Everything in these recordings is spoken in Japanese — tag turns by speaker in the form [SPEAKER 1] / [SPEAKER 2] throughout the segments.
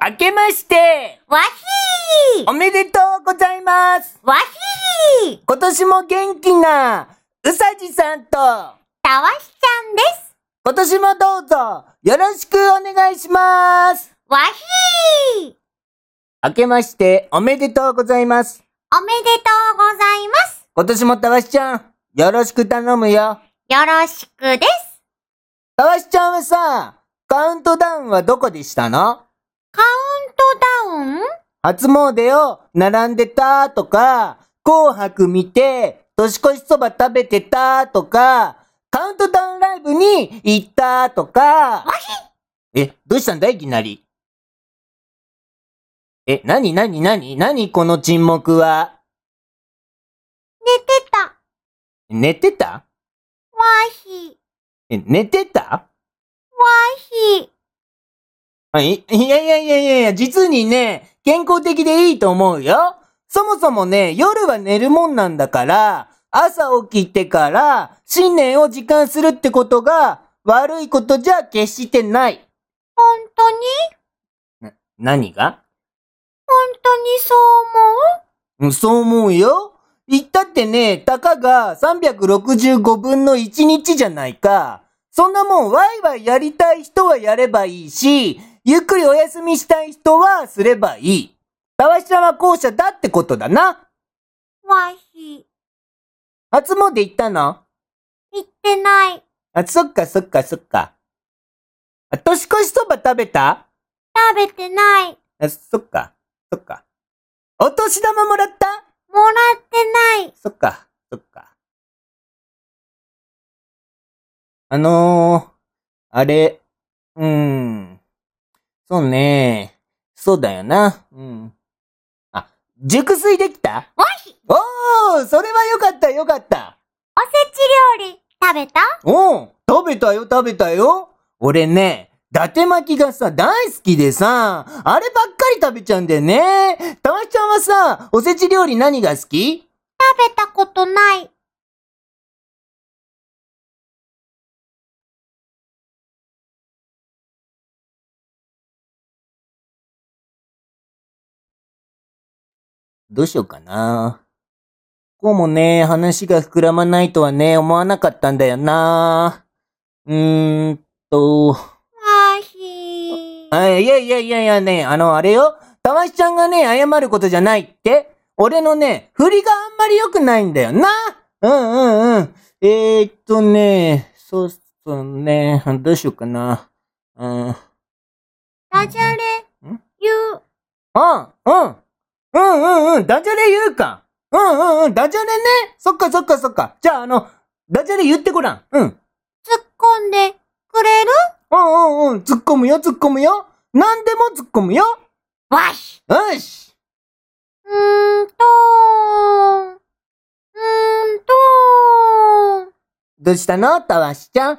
[SPEAKER 1] 明けまして、
[SPEAKER 2] わひー
[SPEAKER 1] おめでとうございます
[SPEAKER 2] わひー
[SPEAKER 1] 今年も元気な、うさじさんと、
[SPEAKER 2] たわしちゃんです
[SPEAKER 1] 今年もどうぞ、よろしくお願いします
[SPEAKER 2] わひー
[SPEAKER 1] 明けまして、おめでとうございます
[SPEAKER 2] おめでとうございます
[SPEAKER 1] 今年もたわしちゃん、よろしく頼むよ
[SPEAKER 2] よろしくです
[SPEAKER 1] たわしちゃんはさ、カウントダウンはどこでしたの
[SPEAKER 2] カウントダウン
[SPEAKER 1] 初詣を並んでたとか、紅白見て、年越しそば食べてたとか、カウントダウンライブに行ったとか。
[SPEAKER 2] わひ
[SPEAKER 1] え、どうしたんだいいきなり。え、なになになになにこの沈黙は。
[SPEAKER 2] 寝てた
[SPEAKER 1] 寝てた
[SPEAKER 2] わひ
[SPEAKER 1] え、寝てた
[SPEAKER 2] わひ
[SPEAKER 1] あい、いやいやいやいやいや、実にね、健康的でいいと思うよ。そもそもね、夜は寝るもんなんだから、朝起きてから、新年を時間するってことが、悪いことじゃ決してない。
[SPEAKER 2] 本当に
[SPEAKER 1] 何が
[SPEAKER 2] 本当にそう
[SPEAKER 1] う
[SPEAKER 2] 思う
[SPEAKER 1] んそう思うよ。言ったってね、たかが365分の1日じゃないか。そんなもん、ワイワイやりたい人はやればいいし、ゆっくりお休みしたい人はすればいい。たわしちゃんは後者だってことだな。
[SPEAKER 2] わひ
[SPEAKER 1] 初詣行ったの
[SPEAKER 2] 言ってない
[SPEAKER 1] あ、そっかそっかそっか。あ、年越しそば食べた
[SPEAKER 2] 食べてない
[SPEAKER 1] あ、そっか、そっか。お年玉もらった
[SPEAKER 2] もらってない
[SPEAKER 1] そっか、そっか。あのー、あれ、うーん。そうねそうだよな。うん。あ、熟睡できた
[SPEAKER 2] わひ
[SPEAKER 1] おーそれはよかったよかった
[SPEAKER 2] おせち料理食べた
[SPEAKER 1] おう食べたよ食べたよ俺ね、伊達巻きがさ、大好きでさ、あればっかり食べちゃうんだよね。たまちゃんはさ、おせち料理何が好き
[SPEAKER 2] 食べたことない
[SPEAKER 1] どうしようかな。こうもね、話が膨らまないとはね、思わなかったんだよな。うーんと、
[SPEAKER 2] わひ
[SPEAKER 1] あ、いやいやいやいやね、あの、あれよ。たわしちゃんがね、謝ることじゃないって。俺のね、振りがあんまり良くないんだよな。うんうんうん。えー、っとね、そうっすね、どうしようかな。うん。
[SPEAKER 2] ダジャレ
[SPEAKER 1] ん
[SPEAKER 2] 言う
[SPEAKER 1] あ、うん。うんうんうん。ダジャレ言うか。うんうんうん。ダジャレね。そっかそっかそっか。じゃあ、あの、ダジャレ言ってごらん。うん。
[SPEAKER 2] 突っ込んでくれる
[SPEAKER 1] うんうんうん。突っ込むよ、突っ込むよ。何でも突っ込むよ。
[SPEAKER 2] わし
[SPEAKER 1] よし。
[SPEAKER 2] うーんとーうーんとー
[SPEAKER 1] どうしたのたわしちゃん。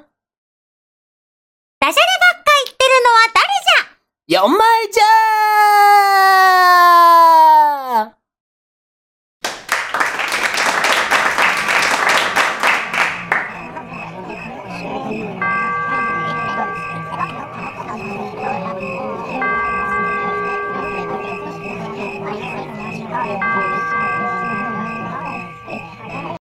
[SPEAKER 2] ダジャレばっか言ってるのは誰じゃ
[SPEAKER 1] いや、お前じゃ